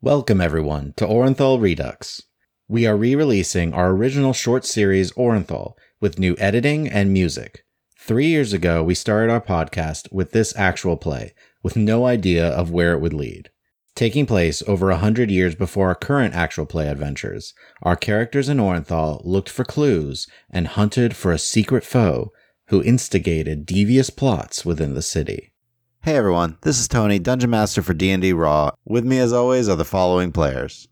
Welcome, everyone, to Orenthal Redux. We are re releasing our original short series, Orenthal, with new editing and music. Three years ago, we started our podcast with this actual play, with no idea of where it would lead. Taking place over a hundred years before our current actual play adventures, our characters in Orenthal looked for clues and hunted for a secret foe who instigated devious plots within the city. Hey everyone, this is Tony, Dungeon Master for D&D Raw. With me as always are the following players.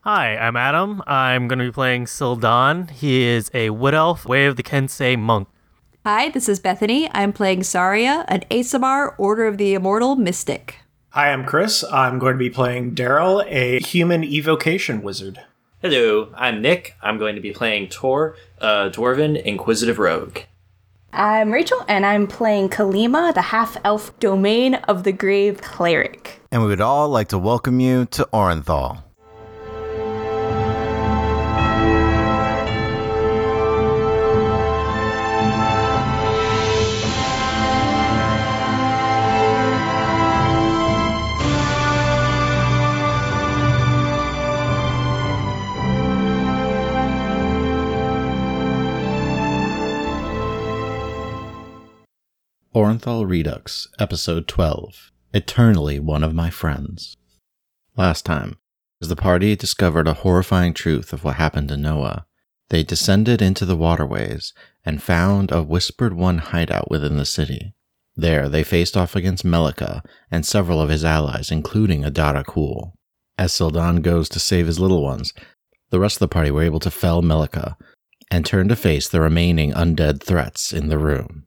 Hi, I'm Adam. I'm going to be playing Sildan. He is a wood elf, way of the Kensei monk. Hi, this is Bethany. I'm playing Saria, an Asamar Order of the Immortal Mystic. Hi, I'm Chris. I'm going to be playing Daryl, a human evocation wizard. Hello, I'm Nick. I'm going to be playing Tor, uh, Dwarven Inquisitive Rogue. I'm Rachel, and I'm playing Kalima, the half elf domain of the grave cleric. And we would all like to welcome you to Orenthal. Orenthal Redux, Episode 12 Eternally One of My Friends. Last time, as the party discovered a horrifying truth of what happened to Noah, they descended into the waterways and found a Whispered One hideout within the city. There, they faced off against Melika and several of his allies, including Adara Cool. As Sildan goes to save his little ones, the rest of the party were able to fell Melika and turn to face the remaining undead threats in the room.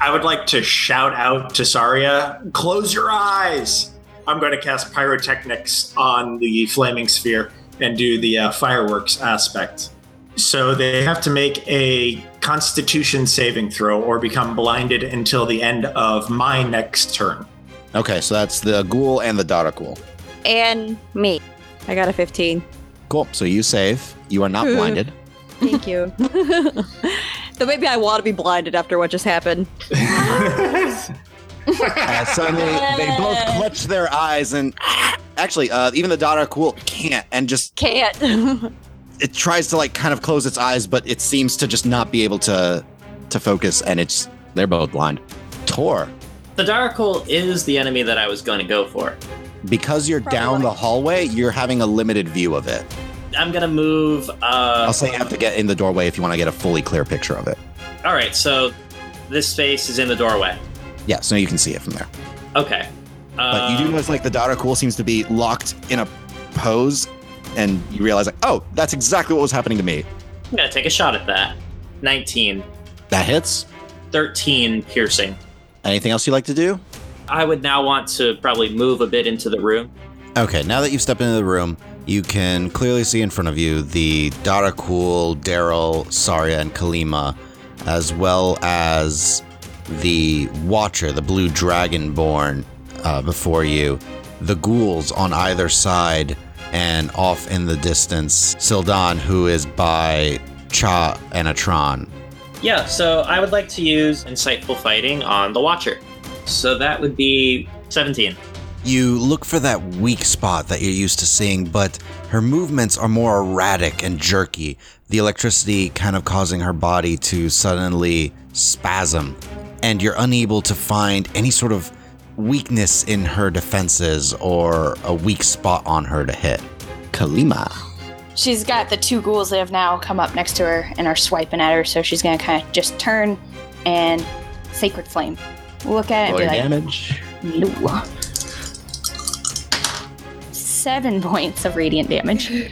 I would like to shout out to Saria, close your eyes! I'm going to cast pyrotechnics on the flaming sphere and do the uh, fireworks aspect. So they have to make a constitution saving throw or become blinded until the end of my next turn. Okay, so that's the ghoul and the daughter ghoul. and me. I got a 15. Cool. So you save. You are not Ooh. blinded. Thank you. so maybe I want to be blinded after what just happened. As Uh, suddenly they both clutch their eyes and actually, uh, even the daughter ghoul can't and just Can't. it tries to like kind of close its eyes, but it seems to just not be able to to focus, and it's they're both blind. Tor, The Darkul is the enemy that I was going to go for. because you're down the hallway, you're having a limited view of it. I'm going to move. Uh, I'll say you have to get in the doorway if you want to get a fully clear picture of it. All right, so this space is in the doorway. Yeah, so you can see it from there. Okay. But Um, you do notice like the daughter cool seems to be locked in a pose, and you realize like, oh, that's exactly what was happening to me. I'm going to take a shot at that. 19, That hits. 13 piercing. Anything else you like to do? I would now want to probably move a bit into the room. Okay, now that you've stepped into the room, you can clearly see in front of you the Dara Cool, Daryl, Saria, and Kalima, as well as the Watcher, the blue dragonborn uh, before you, the ghouls on either side, and off in the distance, Sildan, who is by Cha and Atron. Yeah, so I would like to use insightful fighting on the Watcher. So that would be 17. You look for that weak spot that you're used to seeing, but her movements are more erratic and jerky, the electricity kind of causing her body to suddenly spasm, and you're unable to find any sort of weakness in her defenses or a weak spot on her to hit. Kalima. She's got the two ghouls that have now come up next to her and are swiping at her, so she's gonna kind of just turn and sacred flame. Look at it and damage. be like, no. Seven points of radiant damage.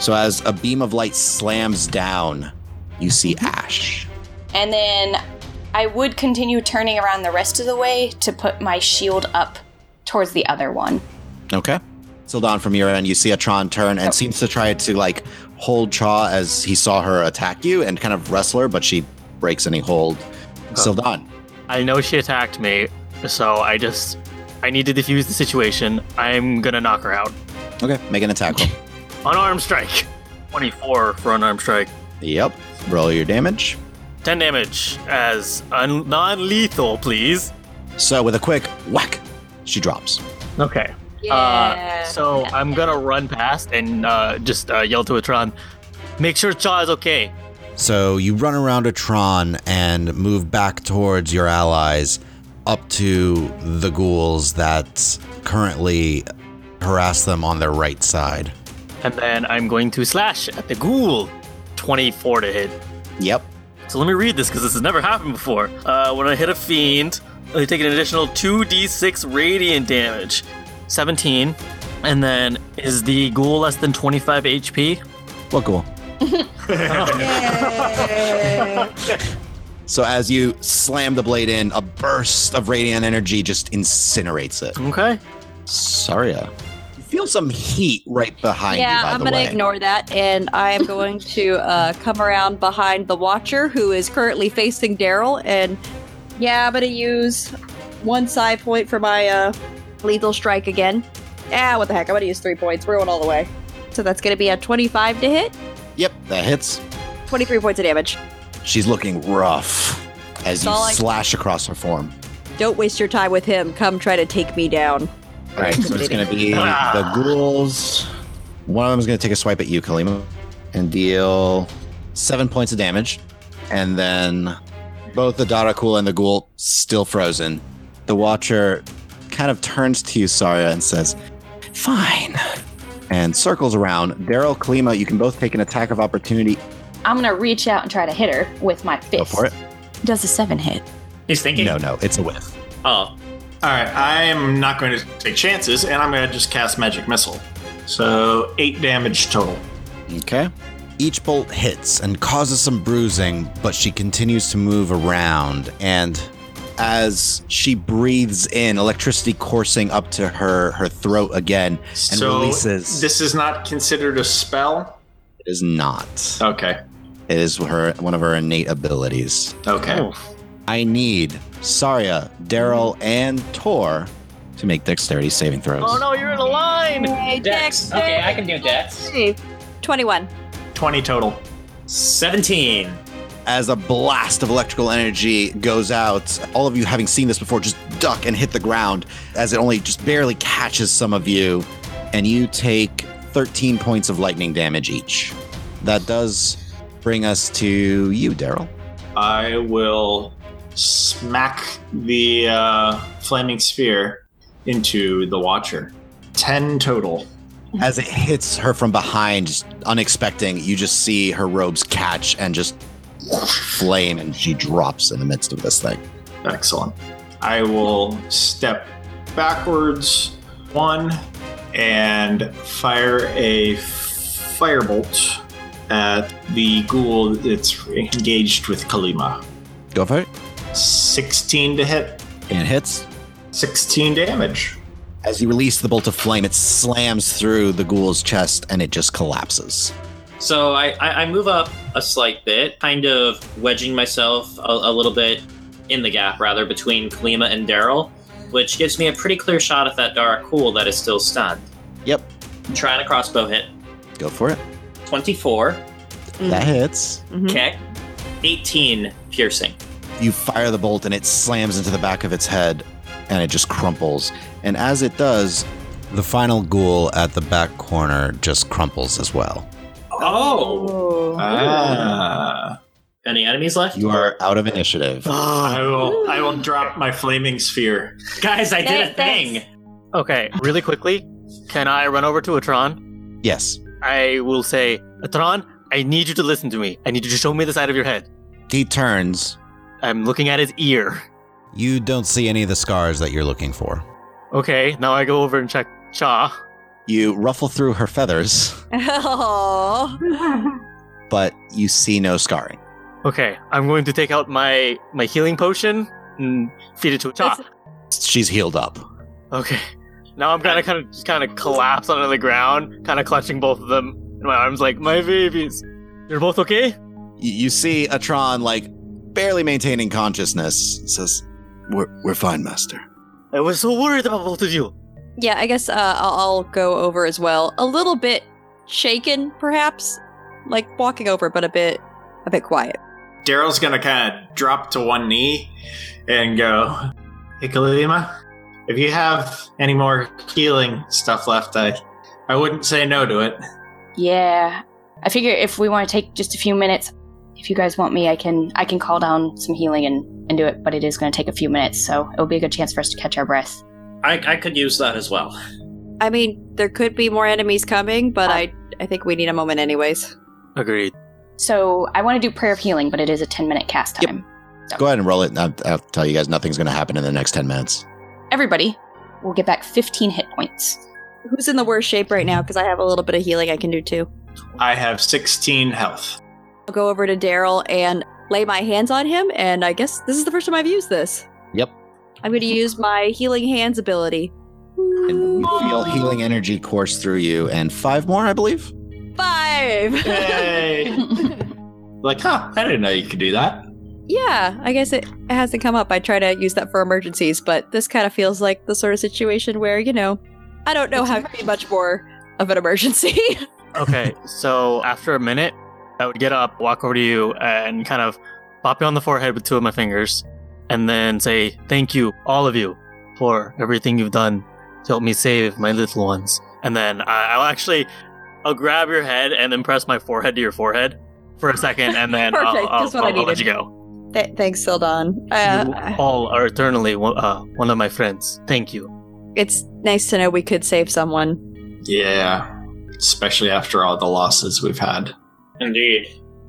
So as a beam of light slams down, you see ash. And then I would continue turning around the rest of the way to put my shield up towards the other one. Okay. Sildan from your end, you see Atron turn and seems to try to like hold Cha as he saw her attack you and kind of wrestle her, but she breaks any hold. Sildan. I know she attacked me, so I just. I need to defuse the situation. I'm going to knock her out. Okay. Make an attack roll. Unarmed strike! 24 for unarmed strike. yep. Roll your damage. 10 damage as un- non lethal, please. So with a quick whack, she drops. Okay. uh, Yeah. So Yeah. I'm gonna run past and uh, just uh, yell to Atron, make sure Cha is okay. So you run around Atron and move back towards your allies, up to the ghouls that currently harass them on their right side. And then I'm going to slash at the ghoul. 24 to hit. Yep. So let me read this because this has never happened before. Uh, when I hit a fiend, I take an additional 2d6 radiant damage. 17. And then is the ghoul less than 25 HP? Well, cool. So as you slam the blade in, a burst of radiant energy just incinerates it. Okay. Saria, you feel some heat right behind you. yeah, By I'm the gonna way. ignore that, and I am going to uh, come around behind the Watcher, who is currently facing Daryl, and yeah, I'm gonna use one psi point for my uh, lethal strike again. Ah, what the heck? I'm gonna use three points, ruin all the way. So that's gonna be a 25 to hit, Yep, that hits. 23 points of damage. She's looking rough as you That's all I- slash across her form. Don't waste your time with him. Come try to take me down. All right, so it's going to be the ghouls. One of them is going to take a swipe at you, Kalima, and deal seven points of damage. And then both the Darakul and the ghoul still frozen. The Watcher kind of turns to you, Saria, and says, Fine. And circles around. Daryl, Kalima, you can both take an attack of opportunity. I'm gonna reach out and try to hit her with my fist. Go for it. Does a seven hit? He's thinking. No, no, it's a whiff. Oh, All right, I am not going to take chances, and I'm going to just cast Magic Missile. So eight damage total. Okay. Each bolt hits and causes some bruising, but she continues to move around. And as she breathes in, electricity coursing up to her her throat again and so releases. this is not considered a spell. it is not. Okay. It is her one of her innate abilities. Okay. Oh. I need Saria, Daryl, and Tor to make dexterity saving throws. Oh no, you're in a line! Dex. Okay, I can do Dex. 21. Twenty total. 17. as a blast of electrical energy goes out. All of you having seen this before, just duck and hit the ground as it only just barely catches some of you, and you take 13 points of lightning damage each. That does bring us to you, Daryl. I will smack the uh, flaming sphere into the Watcher. Ten total. As it hits her from behind, just unexpecting, you just see her robes catch and just flame, and she drops in the midst of this thing. Excellent. I will step backwards one and fire a firebolt at the ghoul that's engaged with Kalima. Go for it. 16 to hit, And it hits. 16 damage. As you release the bolt of flame, it slams through the ghoul's chest and it just collapses. So I, I, I move up a slight bit, kind of wedging myself a, a little bit in the gap, rather, between Kalima and Daryl, which gives me a pretty clear shot at that Dara Cool that is still stunned. Yep. Trying a crossbow hit. Go for it. 24. That hits. Okay. 18 piercing. You fire the bolt and it slams into the back of its head and it just crumples. And as it does, the final ghoul at the back corner just crumples as well. Oh! Oh. Ah. Any enemies left? You are out of initiative. I will I will drop my flaming sphere. Guys, I did Thanks, a thing! thanks. Okay, really quickly, can I run over to Atron? Yes. I will say, Atron, I need you to listen to me. I need you to show me the side of your head. He turns. I'm looking at his ear. You don't see any of the scars that you're looking for. Okay, now I go over and check Cha. You ruffle through her feathers, Oh. but you see no scarring. Okay, I'm going to take out my my healing potion and feed it to Cha. She's healed up. Okay. Now I'm gonna kind of just kind of collapse onto the ground, kind of clutching both of them in my arms, like my babies. You're both okay. Y- you see Atron like barely maintaining consciousness. Says, "We're we're fine, Master." I was so worried about both of you. Yeah, I guess uh, I'll, I'll go over as well. A little bit shaken, perhaps, like walking over, but a bit, a bit quiet. Daryl's gonna kind of drop to one knee and go, Hey Kalima, If you have any more healing stuff left, I I wouldn't say no to it. Yeah. I figure if we want to take just a few minutes, if you guys want me, I can I can call down some healing and, and do it, but it is going to take a few minutes, so it'll be a good chance for us to catch our breath. I, I could use that as well. I mean, there could be more enemies coming, but I I think we need a moment anyways. Agreed. So I want to do prayer of healing, but it is a 10 minute cast Yep. time. Go ahead and roll it. and I'll, I'll tell you guys nothing's going to happen in the next 10 minutes. Everybody will get back 15 hit points. Who's in the worst shape right now? Because I have a little bit of healing I can do too. I have 16 health. I'll go over to Daryl and lay my hands on him, and I guess this is the first time I've used this. Yep. I'm going to use my healing hands ability. And you feel healing energy course through you, and five more, I believe. Five! Yay! like, huh? I didn't know you could do that. yeah, I guess it, it hasn't come up. I try to use that for emergencies, but this kind of feels like the sort of situation where, you know, I don't know It's how to be much more of an emergency. Okay, so after a minute, I would get up, walk over to you, and kind of pop you on the forehead with two of my fingers, and then say, Thank you, all of you, for everything you've done to help me save my little ones. And then I- I'll actually I'll grab your head and then press my forehead to your forehead for a second, and then I'll, Perfect, I'll, just what I I'll- I'll let needed. you go. Th- thanks, Sildon. Uh, you all are eternally one- uh, one of my friends. Thank you. it's nice to know we could save someone. Yeah. Especially after all the losses we've had. Indeed.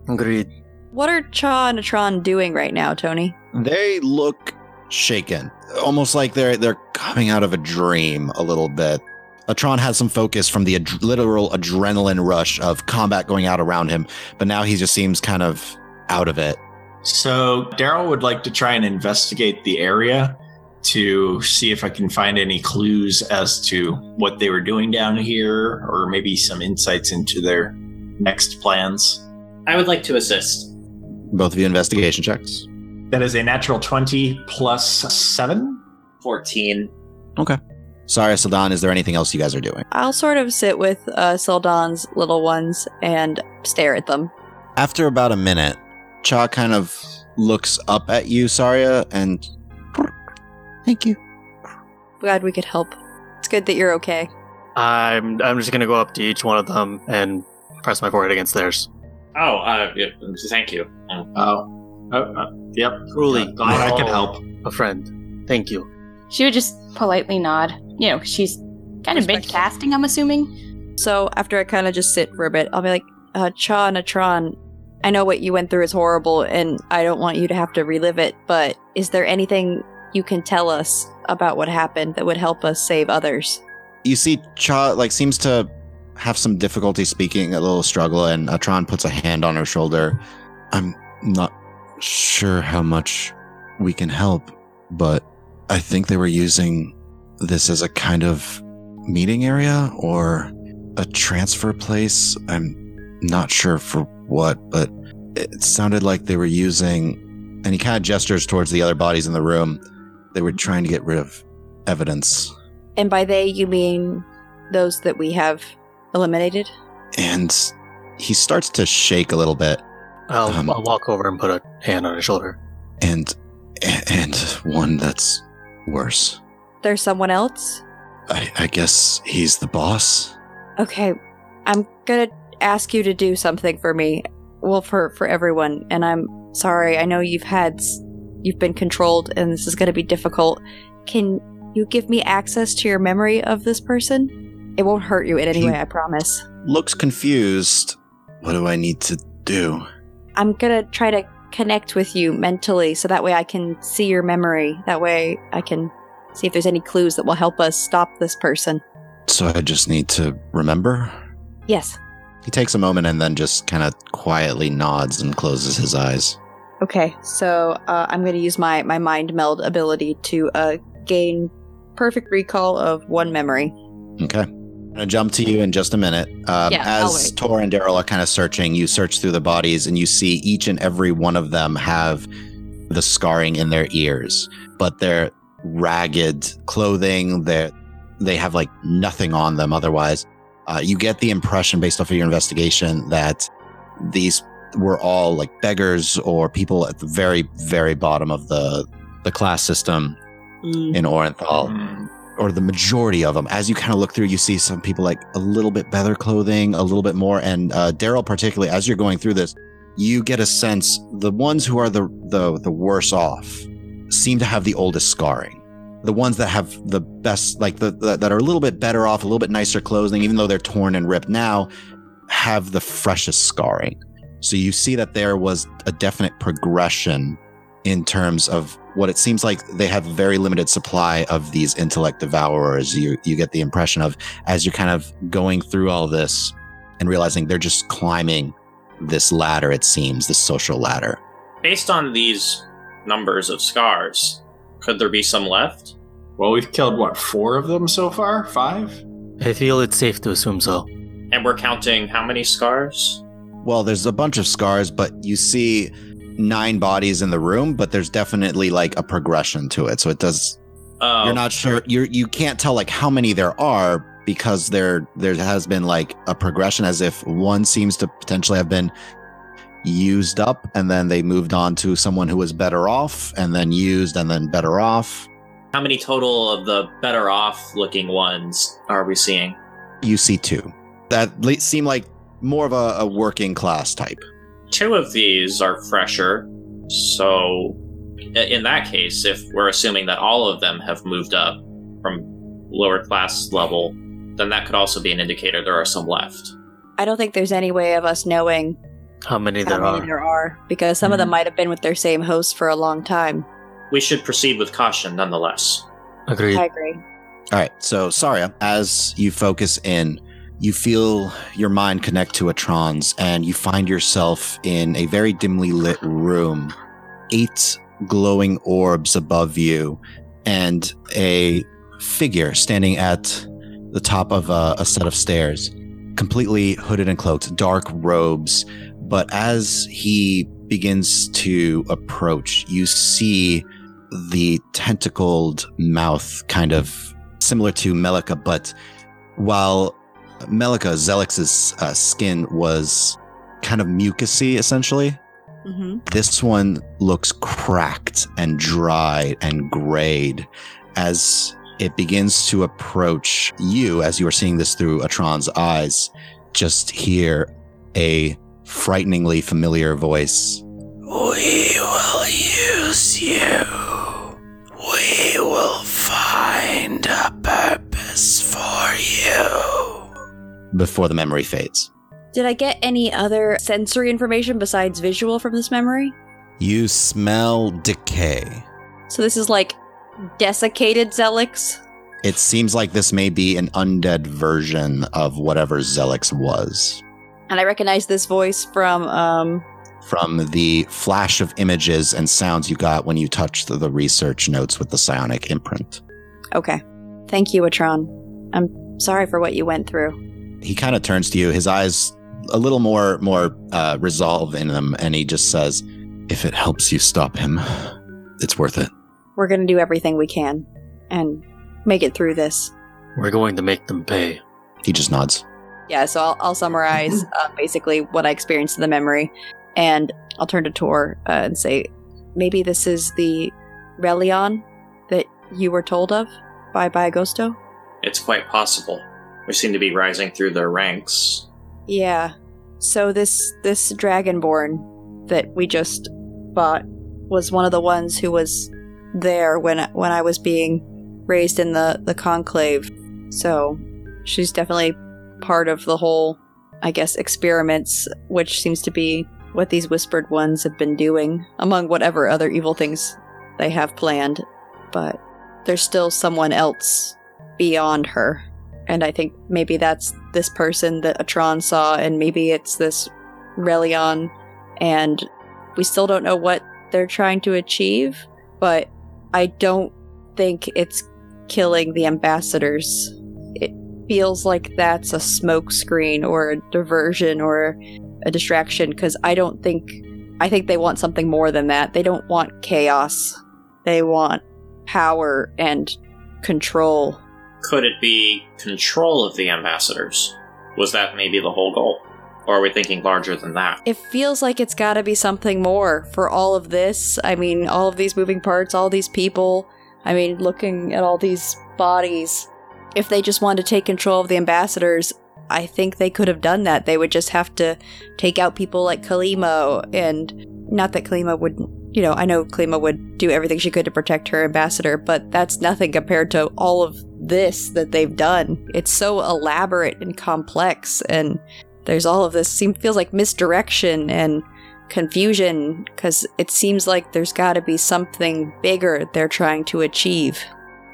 Agreed. What are Cha and Atron doing right now, Tony? They look shaken, almost like they're they're coming out of a dream a little bit. Atron has some focus from the ad- literal adrenaline rush of combat going out around him, but now he just seems kind of out of it. So Daryl would like to try and investigate the area to see if I can find any clues as to what they were doing down here, or maybe some insights into their next plans. I would like to assist. Both of you investigation checks. That is a natural twenty plus seven. 14. Sorry, Sadan, is there anything else you guys are doing? I'll sort of sit with uh, Sildon's little ones and stare at them. After about a minute, Cha kind of looks up at you, Saria, and thank you. Glad we could help. It's good that you're okay. I'm I'm just gonna go up to each one of them and press my forehead against theirs. Oh, uh, yeah, thank you. Oh, oh, oh, yep. Truly, Glad I all could help. A friend. Thank you. She would just politely nod. You know, she's kind of mid casting, I'm assuming. So after I kind of just sit for a bit, I'll be like, uh, Cha and Atron, I know what you went through is horrible, and I don't want you to have to relive it. But is there anything you can tell us about what happened that would help us save others? You see, Cha like seems to have some difficulty speaking, a little struggle, and Atron puts a hand on her shoulder. I'm not sure how much we can help, but I think they were using this as a kind of meeting area or a transfer place. I'm not sure for what, but it sounded like they were using, and he kind of gestures towards the other bodies in the room. They were trying to get rid of evidence. And by they, you mean those that we have eliminated? and he starts to shake a little bit I'll, Um, I'll walk over and put a hand on his shoulder. and and one that's worse There's someone else? i, I guess he's the boss Okay, I'm gonna ask you to do something for me. Well, for for everyone, and I'm sorry. I know you've had, s- you've been controlled, and this is gonna be difficult. Can you give me access to your memory of this person? It won't hurt you in any way, I promise. looks confused what do i need to do I'm gonna try to connect with you mentally, so that way I can see your memory. That way I can see if there's any clues that will help us stop this person. so i just need to remember Yes. he takes a moment and then just kind of quietly nods and closes his eyes Okay, so uh, I'm going to use my, my mind meld ability to uh, gain perfect recall of one memory. okay i'm gonna jump to you in just a minute um, Yeah, I'll as wait. tor and daryl are kind of searching you search through the bodies and you see each and every one of them have the scarring in their ears, but their ragged clothing, they they have like nothing on them otherwise. Uh, you get the impression based off of your investigation that these were all like beggars or people at the very very bottom of the the class system in Orenthal. Mm. or the majority of them, as you kind of look through, you see some people like a little bit better clothing, a little bit more. And uh, Daryl, particularly, as you're going through this, you get a sense the ones who are the, the the worse off seem to have the oldest scarring. The ones that have the best, like the, the that are a little bit better off, a little bit nicer clothing, even though they're torn and ripped now, have the freshest scarring. So you see that there was a definite progression in terms of what it seems like they have a very limited supply of these intellect devourers. You you get the impression of as you're kind of going through all this and realizing they're just climbing this ladder, it seems, this social ladder. Based on these numbers of scars, could there be some left? Well, we've killed what four of them so far? Five? I feel it's safe to assume so. And we're counting how many scars? Well, there's a bunch of scars, but you see nine bodies in the room, but there's definitely like a progression to it. So it does Oh, you're not sure you you can't tell like how many there are because there there has been like a progression as if one seems to potentially have been used up and then they moved on to someone who was better off and then used and then better off How many total of the better off looking ones are we seeing? you see two that le- seem like more of a, a working class type Two of these are fresher, so i- in that case, if we're assuming that all of them have moved up from lower class level, then that could also be an indicator there are some left. I don't think there's any way of us knowing How many how there many are? there are because some of them might have been with their same host for a long time. We should proceed with caution nonetheless. Agreed. I agree. All right, so Saria, as you focus in, you feel your mind connect to Atron's, and you find yourself in a very dimly lit room, eight glowing orbs above you, and a figure standing at the top of a, a set of stairs, completely hooded and cloaked, dark robes. But as he begins to approach, you see the tentacled mouth kind of similar to Melika, but while Melika, Zelix's uh, skin was kind of mucusy, essentially, Mm-hmm. this one looks cracked and dried and grayed as it begins to approach you as you are seeing this through Atron's eyes. Just hear a frighteningly familiar voice. We will use you. We will find a purpose for you. Before the memory fades, Did I get any other sensory information besides visual from this memory? you smell decay. So this is like desiccated Zelix. It seems like this may be an undead version of whatever Zelix was. And I recognize this voice from um From the flash of images and sounds you got when you touched the research notes with the psionic imprint, okay. Thank you, Atron. I'm sorry for what you went through. he kind of turns to you, his eyes a little more more uh, resolve in them, and he just says, "If it helps you stop him, it's worth it." We're gonna do everything we can and make it through this. We're going to make them pay. He just nods. Yeah, so I'll, I'll summarize uh, basically what I experienced in the memory, and I'll turn to Tor uh, and say, maybe this is the Relion that you were told of by Biogosto? It's quite possible. We seem to be rising through their ranks. Yeah. So this this dragonborn that we just bought was one of the ones who was there when I- when I was being raised in the the conclave. So she's definitely part of the whole I guess experiments which seems to be what these whispered ones have been doing among whatever other evil things they have planned, but there's still someone else beyond her. And I think maybe that's this person that Atron saw, and maybe it's this Relion. And we still don't know what they're trying to achieve, but I don't think it's killing the ambassadors. It feels like that's a smokescreen or a diversion or a distraction because I don't think. I think they want something more than that. They don't want chaos, they want power and control. Could it be control of the ambassadors? Was that maybe the whole goal? Or are we thinking larger than that? it feels like it's got to be something more for all of this. I mean, all of these moving parts, all these people. I mean, looking at all these bodies. If they just wanted to take control of the ambassadors, I think they could have done that. They would just have to take out people like Kalimo, and not that Kalima would, you know, I know Kalima would do everything she could to protect her ambassador, but that's nothing compared to all of this that they've done. It's so elaborate and complex, and there's all of this seem feels like misdirection and confusion because it seems like there's got to be something bigger they're trying to achieve.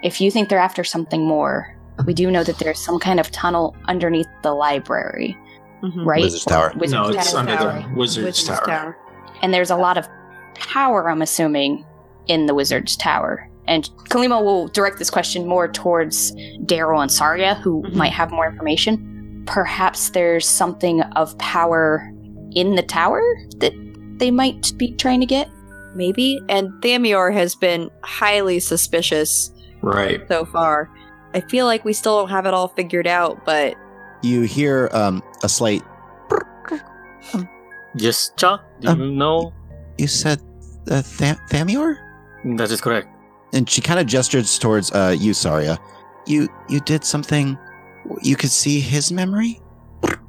If you think they're after something more, we do know that there's some kind of tunnel underneath the library, Mm-hmm. Hmm. right? Wizard's Tower. Wizard's no, it's Tower. under the Wizard's, Tower. and there's a lot of power, I'm assuming, in the Wizard's Tower. And Kalima will direct this question more towards Daryl and Saria, who Mhm. might have more information. Perhaps there's something of power in the tower that they might be trying to get. Maybe. And Thamior has been highly suspicious Right. so far. I feel like we still don't have it all figured out, but You hear um, a slight. Yes, Cha. Do you know? You said uh, Tham- Thamior? That is correct. and she kind of gestures towards uh, you, Saria. You you did something. You could see his memory.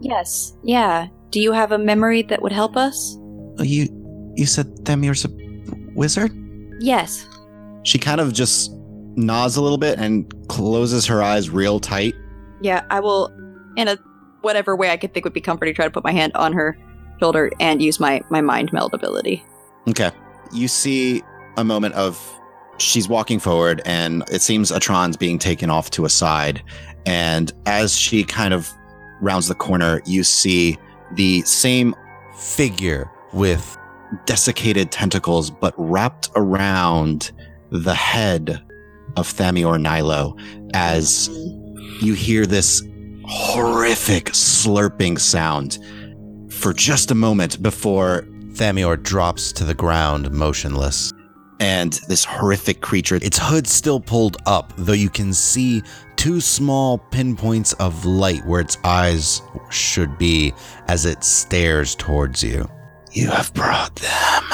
yes. Yeah. Do you have a memory that would help us? Oh, You you said Thamir's a wizard. Yes. She kind of just nods a little bit and closes her eyes real tight. Yeah, I will, in a whatever way I could think would be comforting, try to put my hand on her shoulder and use my, my mind meld ability. Okay. You see a moment of she's walking forward, and it seems Atron's being taken off to a side. And as she kind of rounds the corner, you see the same figure with desiccated tentacles, but wrapped around the head of Thamior Nilo as you hear this horrific slurping sound for just a moment before Thamior drops to the ground motionless. and this horrific creature. It, Its hood still pulled up, though you can see two small pinpoints of light where its eyes should be as it stares towards you. you have brought them.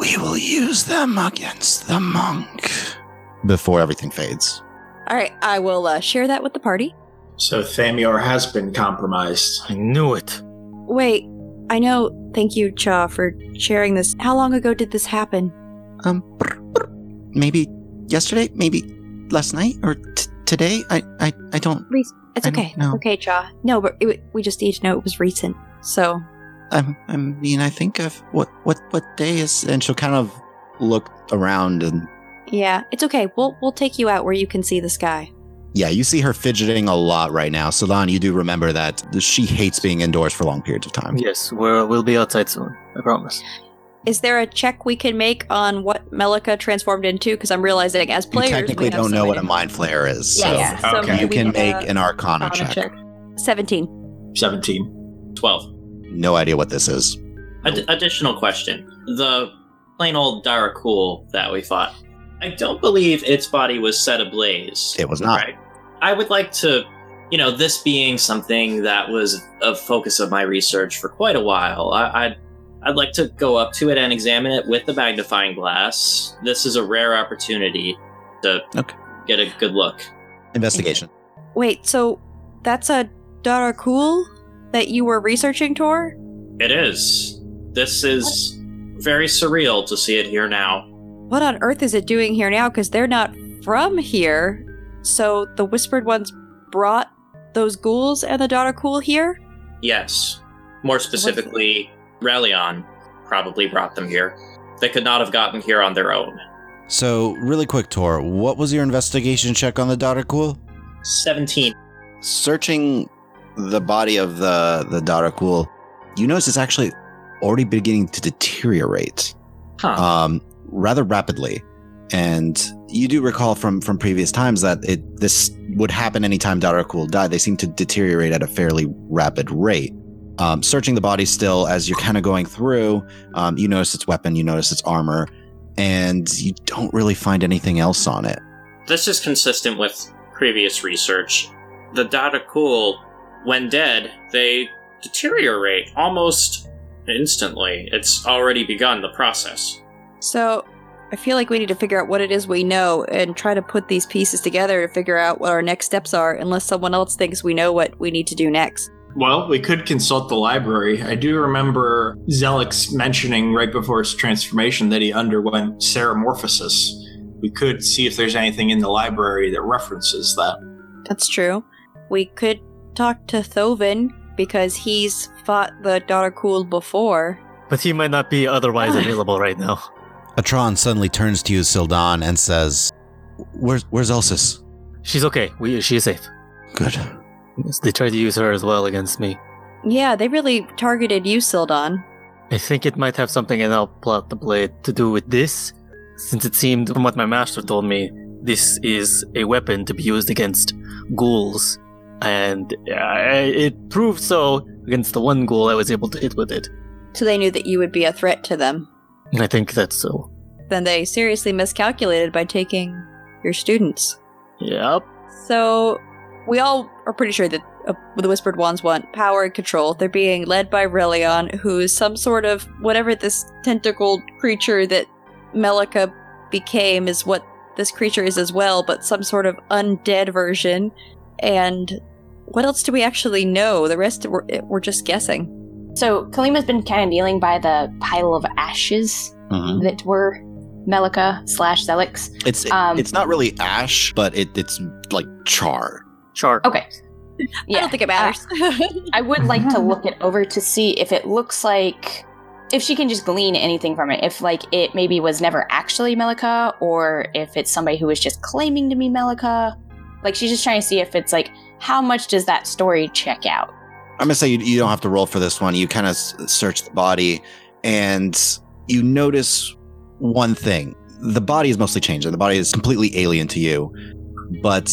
We will use them against the monk. Before everything fades. All right, I will uh, share that with the party. So Thamior has been compromised. I knew it. Wait, I know. Thank you, Cha, for sharing this. How long ago did this happen? Um, maybe yesterday, maybe last night or t- today. I, I, I don't. It's I don't okay. It's know. okay, Cha. No, but it, we just need to know it was recent. So, I, I mean, I think of what, what, what day is. And she'll kind of look around and yeah, it's okay. We'll we'll take you out where you can see the sky. Yeah, you see her fidgeting a lot right now. Solan, you do remember that she hates being indoors for long periods of time. Yes, we're, we'll be outside soon. I promise. Is there a check we can make on what Melika transformed into? Because I'm realizing as You players, technically we have don't so know what a many- mind flayer is, Yeah, so yeah. So Okay. you we can can, make uh, an Arcana, check. Seventeen. 17. 12. No idea what this is. Ad- additional question. The plain old Darakul that we fought, I don't believe its body was set ablaze. It was not. Right. I would like to, you know, this being something that was a focus of my research for quite a while. I, I'd, I'd like to go up to it and examine it with the magnifying glass. This is a rare opportunity to Okay. get a good look. Investigation. Wait, so that's a Darakul that you were researching, Tor? It is. This is very surreal to see it here now. What on earth is it doing here now? Because they're not from here. So the Whispered Ones brought those ghouls and the Darakul here? Yes. More specifically, Relion probably brought them here. They could not have gotten here on their own. So, really quick, Tor, what was your investigation check on the Darakul? 17. Searching the body of the, the Darakul, you notice it's actually already beginning to deteriorate. Huh. um, rather rapidly. And you do recall from from previous times that it this would happen anytime Darakul died. They seem to deteriorate at a fairly rapid rate. Um, searching the body still as you're kind of going through, um, you notice its weapon, you notice its armor, and you don't really find anything else on it. This is consistent with previous research. The Datakul, when dead, they deteriorate almost instantly. It's already begun the process. So I feel like we need to figure out what it is we know and try to put these pieces together to figure out what our next steps are, unless someone else thinks we know what we need to do next. Well, we could consult the library. I do remember Zelix mentioning right before his transformation that he underwent seramorphosis. We could see if there's anything in the library that references that. That's true. We could talk to Thoven because he's fought the Dottercool before. But he might not be otherwise available right now. Atron suddenly turns to you, Sildan, and says, Where's, where's Elsis? She's okay. We, she is safe. Good. They tried to use her as well against me. Yeah, they really targeted you, Sildon. I think it might have something in I'll pull out the blade to do with this, since it seemed, from what my master told me, this is a weapon to be used against ghouls, and uh, it proved so against the one ghoul I was able to hit with it. So they knew that you would be a threat to them. And I think that's so. Then they seriously miscalculated by taking your students. Yep. So we all are pretty sure that uh, the Whispered Ones want power and control. They're being led by Relion, who is some sort of whatever this tentacled creature that Melika became is what this creature is as well, but some sort of undead version. And what else do we actually know? The rest we're, eh, we're just guessing. So Kalima's been kind of kneeling by the pile of ashes Mhm. that were Melika slash Zelix. It's it- Um, it's not really ash, but it, it's like char. Shark. Okay. I don't think it matters. I would like to look it over to see if it looks like if she can just glean anything from it. If like it maybe was never actually Melika, or if it's somebody who was just claiming to be Melika. Like she's just trying to see if it's like how much does that story check out. I'm gonna say you, you don't have to roll for this one. You kind of s- search the body, and you notice one thing: the body is mostly changed, and the body is completely alien to you. But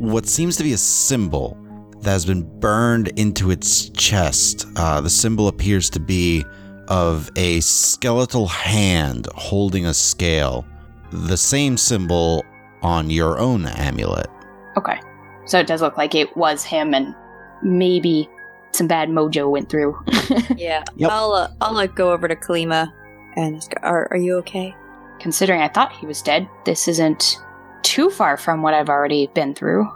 What seems to be a symbol that has been burned into its chest. Uh, the symbol appears to be of a skeletal hand holding a scale. The same symbol on your own amulet. Okay, so it does look like it was him, and maybe some bad mojo went through. yeah. Yep. I'll uh, I'll uh, go over to Kalima and just go, are, are you okay? Considering I thought he was dead, this isn't too far from what I've already been through.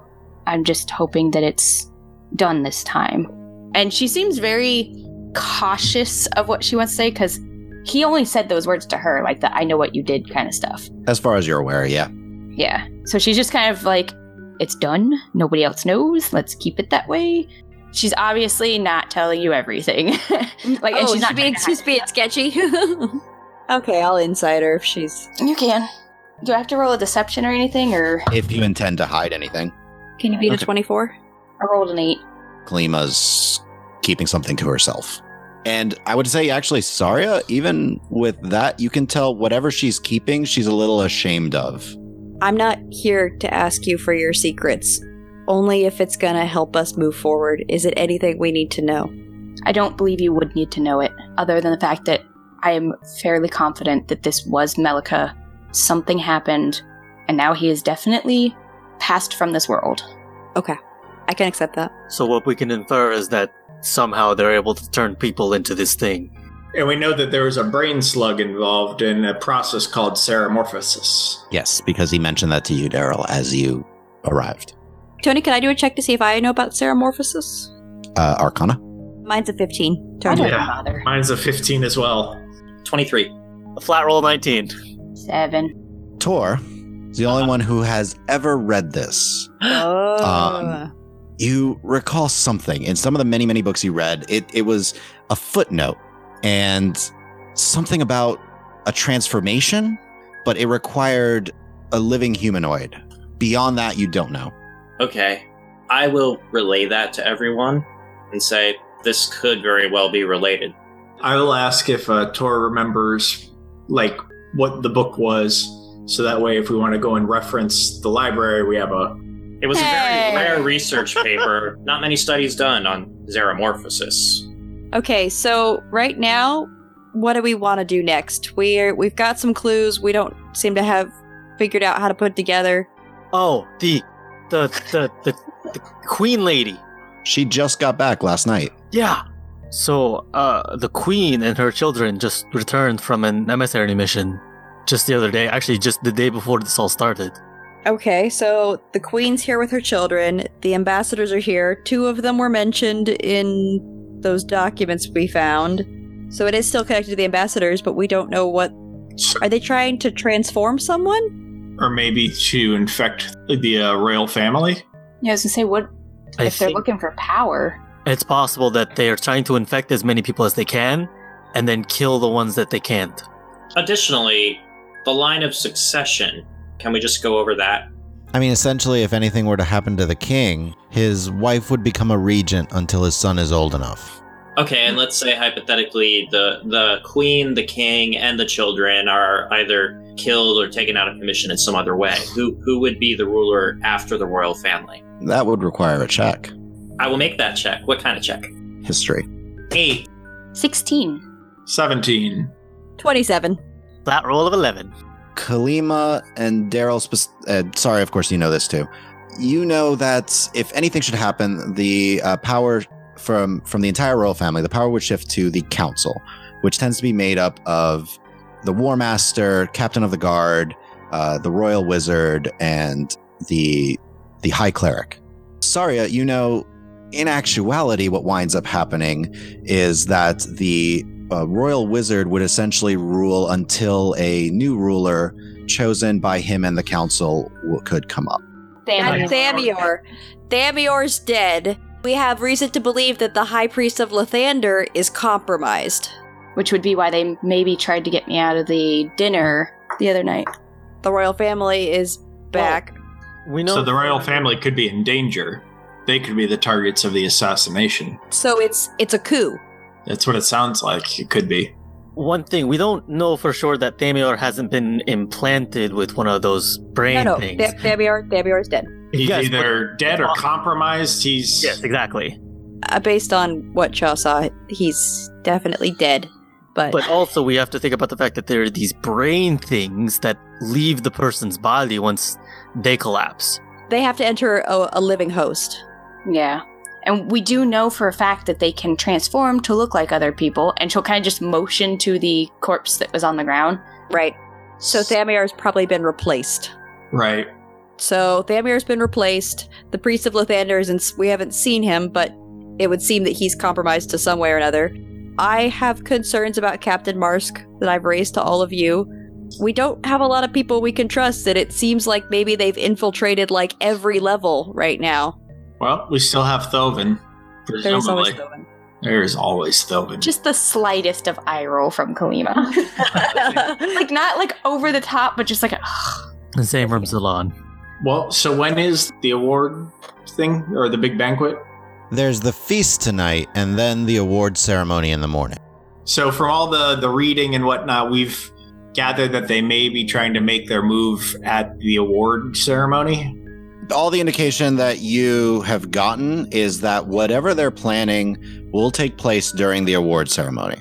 I'm just hoping that it's done this time. And she seems very cautious of what she wants to say because he only said those words to her, like the I know what you did kind of stuff. as far as you're aware, yeah, Yeah. So she's just kind of like, it's done. Nobody else knows. Let's keep it that way. She's obviously not telling you everything. like, and she's not trying to hide it. Oh, being sketchy. okay, I'll inside her if she's. You can. Do I have to roll a deception or anything, or if you intend to hide anything, Can you beat Okay. a twenty-four? I rolled an eight? Kalima's keeping something to herself. And I would say, actually, Saria, even with that, you can tell whatever she's keeping, she's a little ashamed of. I'm not here to ask you for your secrets. Only if it's gonna help us move forward. Is it anything we need to know? I don't believe you would need to know it, other than the fact that I am fairly confident that this was Melika. Something happened, and now he is definitely passed from this world. I can accept that. So what we can infer is that somehow they're able to turn people into this thing. And we know that there was a brain slug involved in a process called seramorphosis. Yes, because he mentioned that to you, Daryl, as you arrived. Tony, can I do a check to see if I know about seramorphosis? Uh, Arcana? Mine's a fifteen. I Tony. don't Yeah. bother. Mine's a 15 as well. 23. A flat roll 19. Seven. Tor is the only one who has ever read this. Oh. Um, you recall something in some of the many, many books you read. It, it was a footnote and something about a transformation, but it required a living humanoid. Beyond that, you don't know. Okay. I will relay that to everyone and say this could very well be related. I will ask if uh, Tor remembers, like, what the book was, so that way if we want to go and reference the library, we have a. It was a Hey. very rare research paper. Not many studies done on xeromorphosis. Okay, so right now, what do we want to do next? We're we've got some clues. We don't seem to have figured out how to put together. Oh, the the the the, the queen lady. She just got back last night. Yeah. So, uh, the queen and her children just returned from an emissary mission just the other day. Actually, just the day before this all started. Okay, so the queen's here with her children. The ambassadors are here. Two of them were mentioned in those documents we found. So it is still connected to the ambassadors, but we don't know what. Are they trying to transform someone? Or maybe to infect the uh, royal family? Yeah, I was gonna say what I if they're think looking for power. it's possible that they are trying to infect as many people as they can, and then kill the ones that they can't. Additionally, the line of succession. Can we just go over that? I mean, essentially, if anything were to happen to the king, his wife would become a regent until his son is old enough. Okay, and let's say hypothetically the the queen, the king, and the children are either killed or taken out of commission in some other way. Who who would be the ruler after the royal family? That would require a check. I will make that check. What kind of check? History. Eight. 16. 17. 27. Flat roll of eleven. Kalima and Daryl. Spec- uh, sorry, of course you know this too. You know that if anything should happen, the uh, power from from the entire royal family, the power would shift to the council, which tends to be made up of the War Master, Captain of the Guard, uh, the Royal Wizard, and the the High Cleric. Saria, you know, in actuality, what winds up happening is that the a royal wizard would essentially rule until a new ruler chosen by him and the council w- could come up. And Thamior. Thamior's dead. We have reason to believe that the High Priest of Lathander is compromised. Which would be why they maybe tried to get me out of the dinner the other night. The royal family is back. We know So the royal family could be in danger. They could be the targets of the assassination. So it's it's a coup. That's what it sounds like it could be. one thing we don't know for sure that Thamior hasn't been implanted with one of those brain no, no. things. Th- Thamior, Thamior's dead. He's Yes, either dead or compromised. He's Yes, exactly. Uh, based on what Shaw saw, he's definitely dead. But, But also, we have to think about the fact that there are these brain things that leave the person's body once they collapse. they have to enter a, a living host. Yeah. And we do know for a fact that they can transform to look like other people, and she'll kind of just motion to the corpse that was on the ground. Right. So Thamior's probably been replaced. right. So Thamior's been replaced. The priest of Lathander is, in, we haven't seen him, but it would seem that he's compromised to some way or another. I have concerns about Captain Marsk that I've raised to all of you. We don't have a lot of people we can trust, and it seems like maybe they've infiltrated like every level right now. Well, we still have Thoven. There's always Presumably. Thoven. There's always Thoven. Just the slightest of eye roll from Kalima. like, not like over the top, but just like, a, The same from Salon. well, so when is the award thing or the big banquet? There's the feast tonight and then the award ceremony in the morning. So from all the the reading and whatnot, we've gathered that they may be trying to make their move at the award ceremony. All the indication that you have gotten is that whatever they're planning will take place during the award ceremony.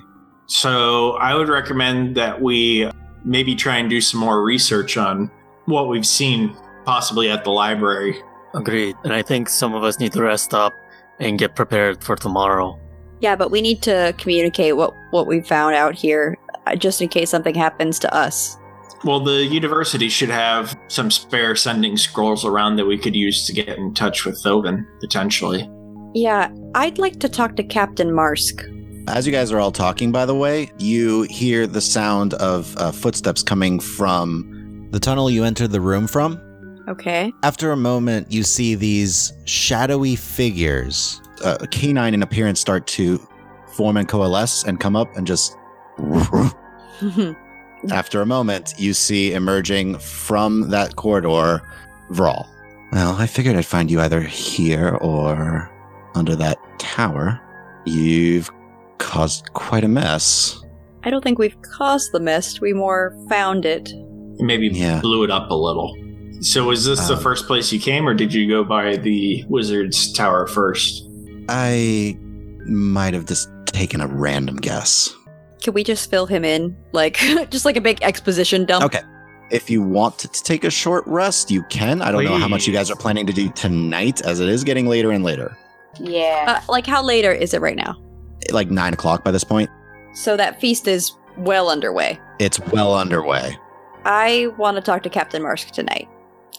So I would recommend that we maybe try and do some more research on what we've seen possibly at the library. Agreed. And I think some of us need to rest up and get prepared for tomorrow. Yeah, but we need to communicate what what we found out here, uh, just in case something happens to us. Well, the university should have some spare sending scrolls around that we could use to get in touch with Thoven, potentially. Yeah, I'd like to talk to Captain Marsk. As you guys are all talking, by the way, you hear the sound of uh, footsteps coming from the tunnel you entered the room from. Okay. After a moment, you see these shadowy figures, uh, canine in appearance, start to form and coalesce and come up and just. After a moment, you see emerging from that corridor Vral. Well, I figured I'd find you either here or under that tower. You've caused quite a mess. I don't think we've caused the mist. We more found it. Maybe Yeah. blew it up a little. So, was this the Um, first place you came, or did you go by the wizard's tower first? I might have just taken a random guess. Can we just fill him in, like just like a big exposition dump? Okay. If you want to take a short rest, you can. I don't know how much you guys are planning to do tonight, as it is getting later and later. yeah. Uh, like how later is it right now? Like nine o'clock by this point, So that feast is well underway. it's well underway. I want to talk to Captain Marsk tonight,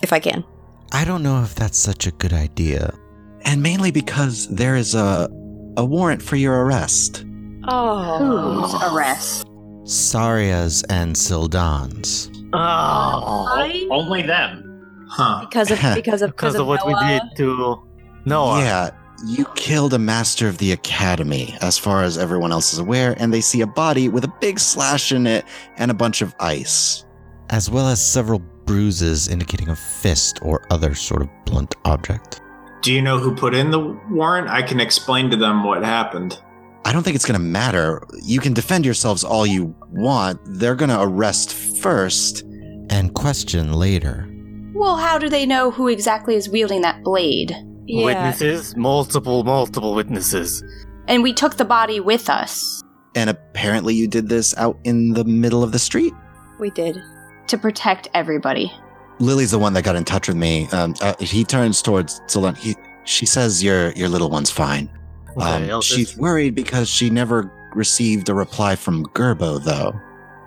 if I can. I don't know if that's such a good idea. And mainly because there is a a warrant for your arrest. Who's arrest? Saria's and Sildan's. Oh, I- Only them. Huh. Because of because of because of what we Noah. did to Noah. Yeah, You killed a master of the academy, as far as everyone else is aware, and they see a body with a big slash in it and a bunch of ice. as well as several bruises indicating a fist or other sort of blunt object. Do you know who put in the warrant? I can explain to them what happened. I don't think it's going to matter. You can defend yourselves all you want. They're going to arrest first. And question later. Well, how do they know who exactly is wielding that blade? Yeah. Witnesses, multiple, multiple witnesses. And we took the body with us And apparently, you did this out in the middle of the street. We did. to protect everybody. Lily's the one that got in touch with me. Um, uh, he turns towards Solon. He, she says, "Your your little one's fine." Okay, um, I'll just- she's worried because she never received a reply from Gerbo, though.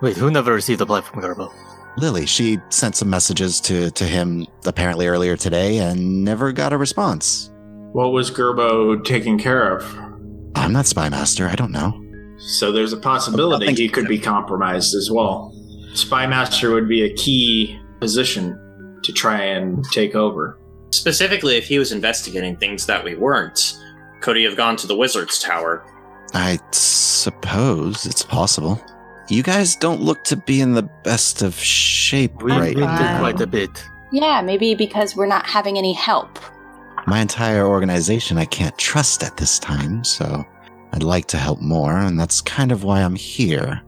Wait, who never received a play from Garbo? Lily, she sent some messages to, to him apparently earlier today and never got a response. What was Gerbo taking care of? I'm not Spy Master. I don't know. So there's a possibility he could be compromised as well. Spy Master would be a key position to try and take over. Specifically, if he was investigating things that we weren't, could he have gone to the wizard's tower? I suppose it's possible. You guys don't look to be in the best of shape We, right we did now. quite a bit. Yeah, maybe because we're not having any help. My entire organization I can't trust at this time, so I'd like to help more, and that's kind of why I'm here.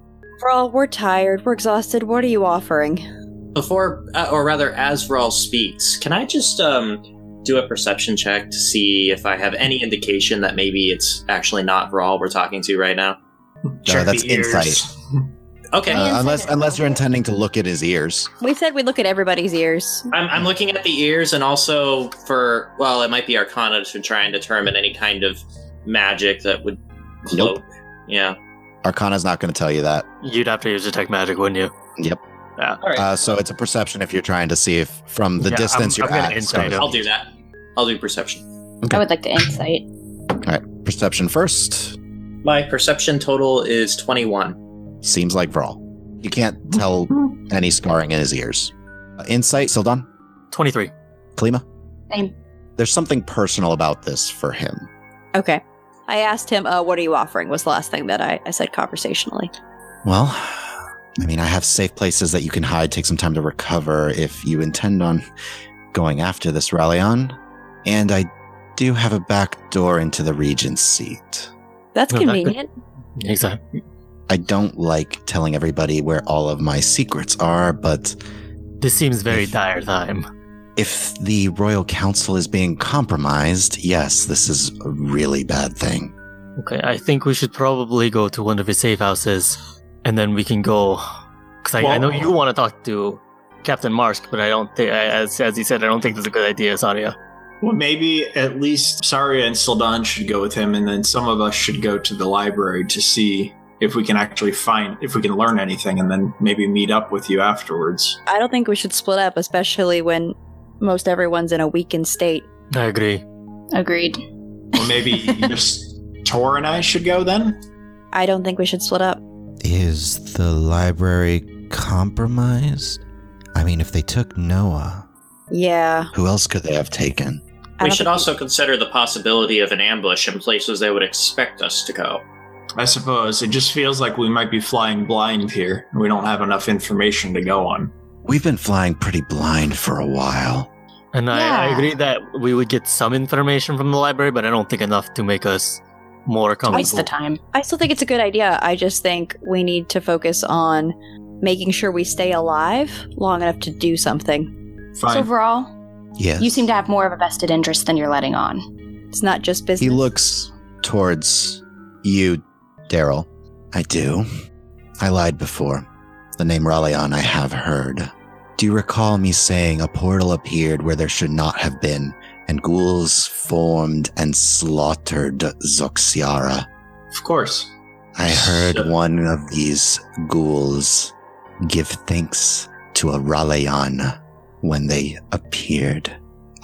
Vral, we're tired. We're exhausted. What are you offering? Before, uh, or rather, as Rawl speaks, can I just um, do a perception check to see if I have any indication that maybe it's actually not Rawl we're talking to right now? Check Uh, that's the ears. insight. Okay, Uh, unless unless you're intending to look at his ears. We said we look at everybody's ears. I'm, I'm looking at the ears and also for, well, it might be Arcana to try and determine any kind of magic that would cloak. Yeah. Arcana's not going to tell you that. You'd have to use detect magic, wouldn't you? Right. Uh, so it's a perception if you're trying to see if from the Yeah, distance I'm- you're I'm gonna at. insight starts- him. I'll do that. I'll do perception. I would like the insight. Perception first. My perception total is 21. Seems like Vral. You can't tell any scarring in his ears. Uh, insight, Sildan, 23. Klima. Same. There's something personal about this for him. Okay. I asked him, uh, what are you offering? Was the last thing that I, I said conversationally. Well, I mean, I have safe places that you can hide, take some time to recover if you intend on going after this Rallion. And I do have a back door into the Regent's seat. That's No, that could- convenient. Exactly. I don't like telling everybody where all of my secrets are, but This seems very dire time. if the royal council is being compromised, yes, this is a really bad thing. Okay, I think we should probably go to one of his safe houses, and then we can go. Because I, I know Well- you want to talk to Captain Marsk, but I don't think, as, as he said, I don't think that's a good idea, Saria. Well, maybe at least Saria and Sildan should go with him, and then some of us should go to the library to see if we can actually find, if we can learn anything, and then maybe meet up with you afterwards. I don't think we should split up, especially when most everyone's in a weakened state. I agree. Agreed. Or maybe just Tor and I should go then? I don't think we should split up. Is the library compromised? I mean, if they took Noah, Yeah. Who else could they have taken? I We don't should think- also consider the possibility of an ambush in places they would expect us to go. I suppose. It just feels like we might be flying blind here. and We don't have enough information to go on. We've been flying pretty blind for a while. And I, I Yeah. agree that we would get some information from the library, but I don't think enough to make us more comfortable. Waste the time. I still think it's a good idea. I just think we need to focus on making sure we stay alive long enough to do something. So Fine. overall, Yes. you seem to have more of a vested interest than you're letting on. It's not just business. He looks towards you, Daryl. I do. I lied before. The name Raleon I have heard. Do you recall me saying a portal appeared where there should not have been, and ghouls formed and slaughtered Zoxiara? of course. I heard So- one of these ghouls give thanks to a Ralayan when they appeared.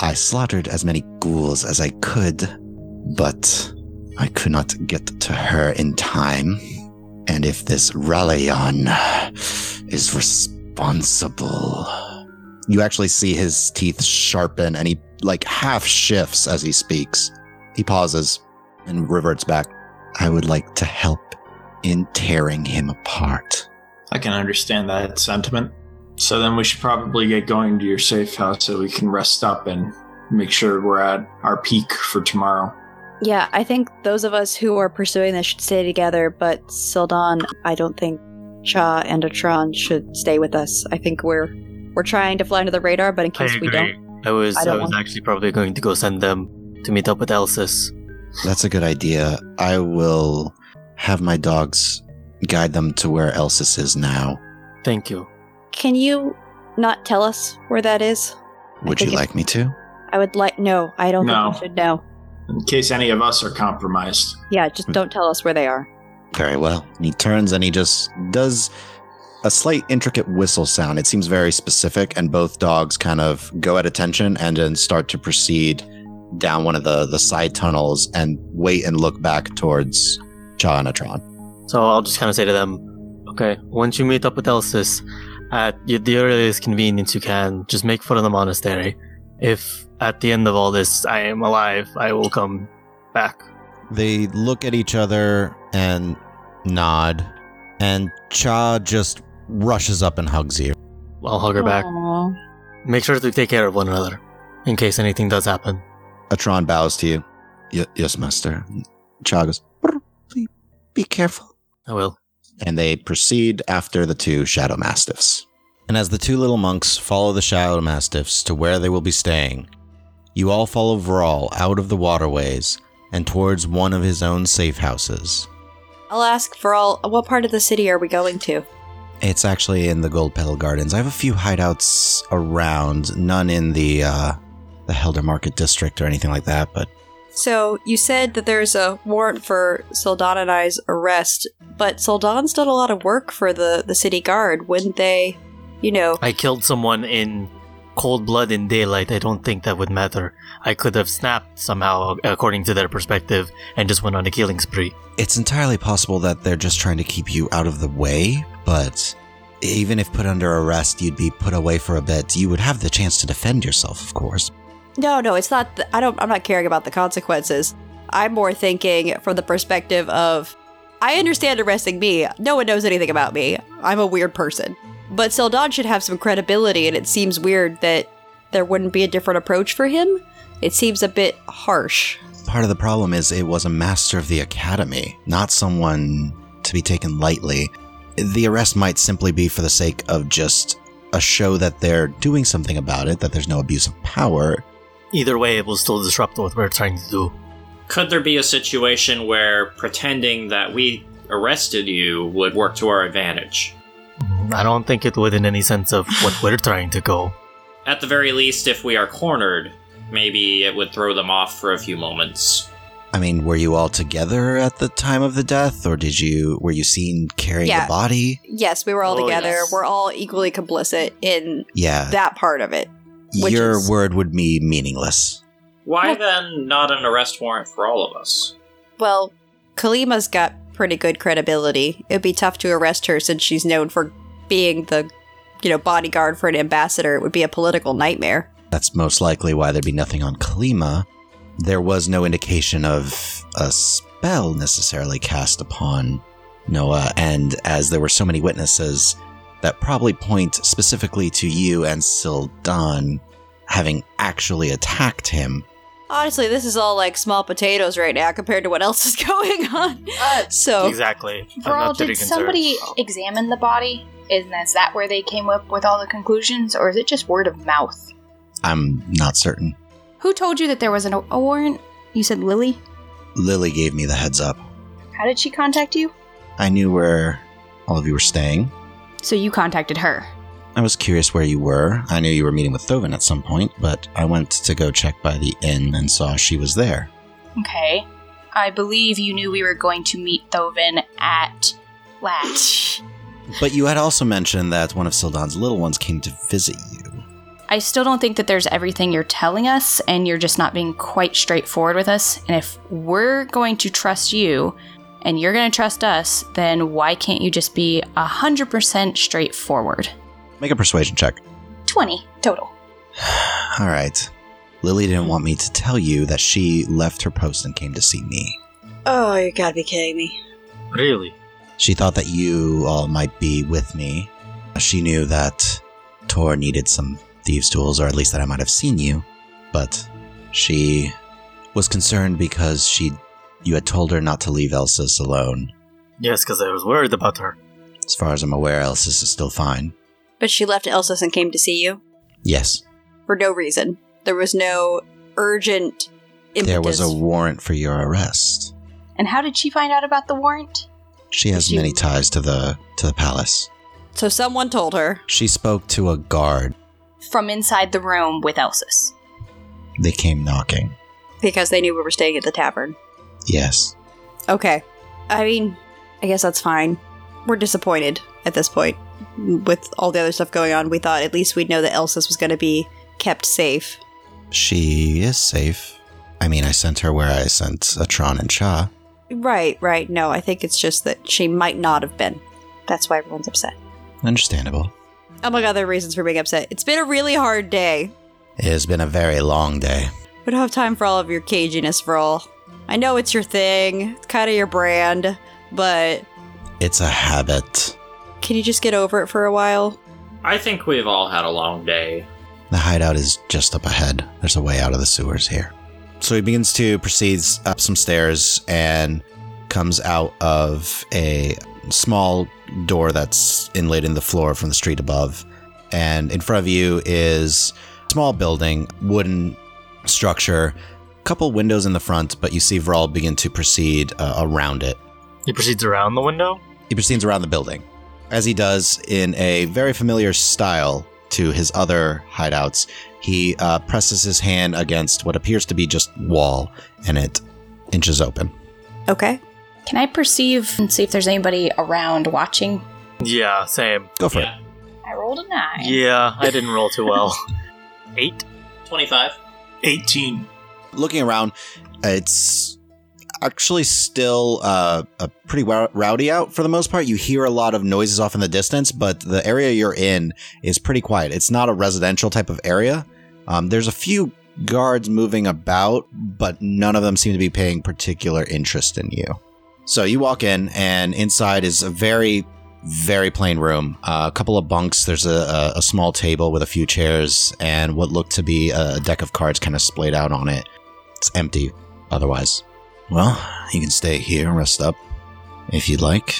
I slaughtered as many ghouls as I could, but I could not get to her in time. And if this Ralayan is responsible. You actually see his teeth sharpen and he like half shifts as he speaks. He pauses and reverts back. I would like to help in tearing him apart. I can understand that sentiment. So then we should probably get going to your safe house so we can rest up and make sure we're at our peak for tomorrow. Yeah, I think those of us who are pursuing this should stay together, but Sildan, I don't think Cha and Atron should stay with us. I think we're we're trying to fly under the radar, but in case we don't, I was I I, don't was want- actually probably going to go send them to meet up with Elsis. That's a good idea. I will have my dogs guide them to where Elsis is now. Thank you. can you not tell us where that is? Would I you think it- like me to? I would like no. I don't No. think we should know. In case any of us are compromised. Yeah, just don't tell us where they are. Very well. And he turns and he just does a slight intricate whistle sound. It seems very specific, and both dogs kind of go at attention and then start to proceed down one of the, the side tunnels and wait and look back towards Cha and Atron. So I'll just kind of say to them, okay, once you meet up with Elsis, at your- the earliest convenience you can, just make for the monastery. If at the end of all this I am alive, I will come back. They look at each other and nod, and Cha just rushes up and hugs you. I'll hug her back. Aw. Make sure to take care of one another in case anything does happen. Atron bows to you. Y- yes, master. Cha goes, "Brr, be- be careful. I will. and they proceed after the two shadow mastiffs. And as the two little monks follow the Shadow Mastiffs to where they will be staying, you all follow Vral out of the waterways and towards one of his own safe houses. I'll ask for all. What part of the city are we going to? It's actually in the Gold Petal Gardens. I have a few hideouts around, none in the uh, the Helder Market district or anything like that, but So you said that there's a warrant for Soldan and I's arrest, but Soldan's done a lot of work for the the city guard. Wouldn't they, you know? I killed someone in cold blood in daylight. I don't think that would matter. I could have snapped somehow, according to their perspective, and just went on a killing spree. It's entirely possible that they're just trying to keep you out of the way, but even if put under arrest, you'd be put away for a bit. You would have the chance to defend yourself, of course. No, no, it's not. Th- I don't. I'm not caring about the consequences. I'm more thinking from the perspective of, I understand arresting me. No one knows anything about me. I'm a weird person. But Soldan should have some credibility, and it seems weird that there wouldn't be a different approach for him. It seems a bit harsh. Part of the problem is it was a master of the academy, not someone to be taken lightly. The arrest might simply be for the sake of just a show that they're doing something about it, that there's no abuse of power. Either way, it will still disrupt what we're trying to do. Could there be a situation where pretending that we arrested you would work to our advantage? I don't think it would in any sense of what we're trying to go. At the very least, if we are cornered, maybe it would throw them off for a few moments. I mean, were you all together at the time of the death, or did you were you seen carrying Yeah. the body? Yes, we were all Oh, together. yes. We're all equally complicit in Yeah, that part of it. which your is- word would be meaningless. Why Well- then not an arrest warrant for all of us? Well, Kalima's got pretty good credibility. It'd be tough to arrest her since she's known for being the, you know, bodyguard for an ambassador. It would be a political nightmare. That's most likely why there'd be nothing on Kalima. There was no indication of a spell necessarily cast upon Noah, and as there were so many witnesses that probably point specifically to you and Sildan having actually attacked him. Honestly, this is all like small potatoes right now compared to what else is going on. So Exactly. I'm Brawl, not very Oh. did somebody concerned. examine the body? Is, is that where they came up with all the conclusions, or is it just word of mouth? I'm not certain. Who told you that there was an, a warrant? You said Lily? Lily gave me the heads up. How did she contact you? I knew where all of you were staying. So you contacted her. I was curious where you were. I knew you were meeting with Thoven at some point, but I went to go check by the inn and saw she was there. Okay. I believe you knew we were going to meet Thoven at Latch. But you had also mentioned that one of Sildon's little ones came to visit you. I still don't think that there's everything you're telling us, and you're just not being quite straightforward with us. And if we're going to trust you and you're going to trust us, then why can't you just be 100% straightforward? Make a persuasion check. 20 total. All right. Lily didn't want me to tell you that she left her post and came to see me. Oh, you gotta be kidding me. Really? She thought that you all might be with me. She knew that Tor needed some thieves' tools, or at least that I might have seen you, but she was concerned because she you had told her not to leave Elsis alone. Yes, because I was worried about her. As far as I'm aware, Elsis is still fine. But she left Elsis and came to see you Yes. for no reason. There was no urgent impetus. There was a warrant for your arrest. And how did she find out about the warrant? She has She- many ties to the to the palace. so someone told her. She spoke to a guard. From inside the room with Elsis. They came knocking. because they knew we were staying at the tavern. Yes. Okay. I mean, I guess that's fine. We're disappointed at this point. With all the other stuff going on, we thought at least we'd know that Elsa's was going to be kept safe. She is safe. I mean, I sent her where I sent Atron and Cha. Right, right. No, I think it's just that she might not have been. That's why everyone's upset. Understandable. Among other reasons for being upset, it's been a really hard day. It has been a very long day. We don't have time for all of your caginess, Vril. I know it's your thing, it's kind of your brand, but It's a habit. can you just get over it for a while? I think we've all had a long day. The hideout is just up ahead. There's a way out of the sewers here. So he begins to proceeds up some stairs and comes out of a small door that's inlaid in the floor from the street above. And in front of you is a small building, wooden structure, couple windows in the front, but you see Vral begin to proceed uh, around it. He proceeds around the window. He proceeds around the building, as he does in a very familiar style to his other hideouts. He uh, presses his hand against what appears to be just wall, and it inches open. Okay. Can I perceive and see if there's anybody around watching? Yeah, same. Go for Yeah. it. I rolled a nine. Yeah, I didn't roll too well. Eight. 25. 18. Looking around, it's actually still uh, a pretty wou- rowdy out for the most part. You hear a lot of noises off in the distance, but the area you're in is pretty quiet. It's not a residential type of area. Um, there's a few guards moving about, but none of them seem to be paying particular interest in you. So you walk in, and inside is a very, very plain room. Uh, a couple of bunks. There's a, a, a small table with a few chairs, and what looked to be a deck of cards kind of splayed out on it. It's empty otherwise. Well, you can stay here and rest up if you'd like.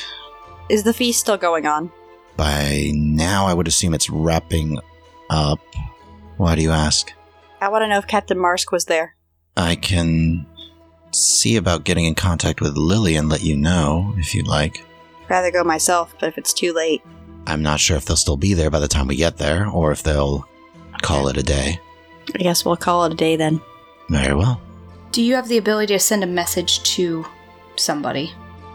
Is the feast still going on? By now, I would assume it's wrapping up. Why do you ask? I want to know if Captain Marsk was there. I can see about getting in contact with Lily and let you know if you'd like. Rather go myself, but if it's too late, I'm not sure if they'll still be there by the time we get there, or if they'll call it a day. I guess we'll call it a day then. Very well. Do you have the ability to send a message to somebody?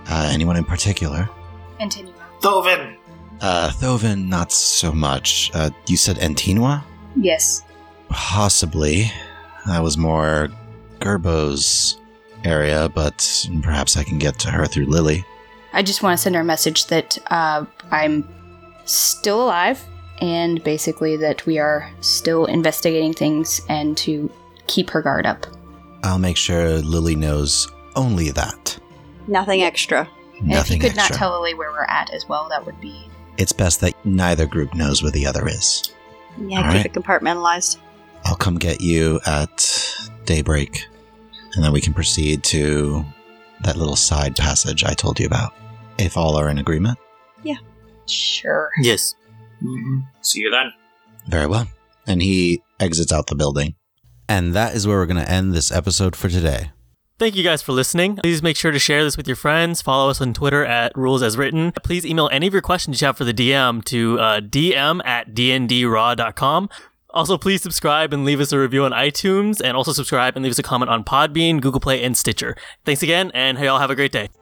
Uh, anyone in particular? Continue. Thoven. Uh, Thoven, not so much. Uh, you said Antinua? Yes. Possibly. That was more Gerbo's area, but perhaps I can get to her through Lily. I just want to send her a message that uh, I'm still alive and basically that we are still investigating things and to keep her guard up. I'll make sure Lily knows only that. Nothing extra. And Nothing if you could extra. not tell Lily where we're at as well, that would be. it's best that neither group knows where the other is. Yeah, All keep it compartmentalized. I'll come get you at daybreak, and then we can proceed to that little side passage I told you about. If all are in agreement, Sure. Yes. Mm-hmm. See you then. very well. And he exits out the building. And that is where we're going to end this episode for today. Thank you guys for listening. Please make sure to share this with your friends. Follow us on Twitter at Rules As Written. Please email any of your questions you have for the DM to uh, dm at dndraw.com. Also, please subscribe and leave us a review on iTunes, and also subscribe and leave us a comment on Podbean, Google Play, and Stitcher. Thanks again, and hey, all have a great day.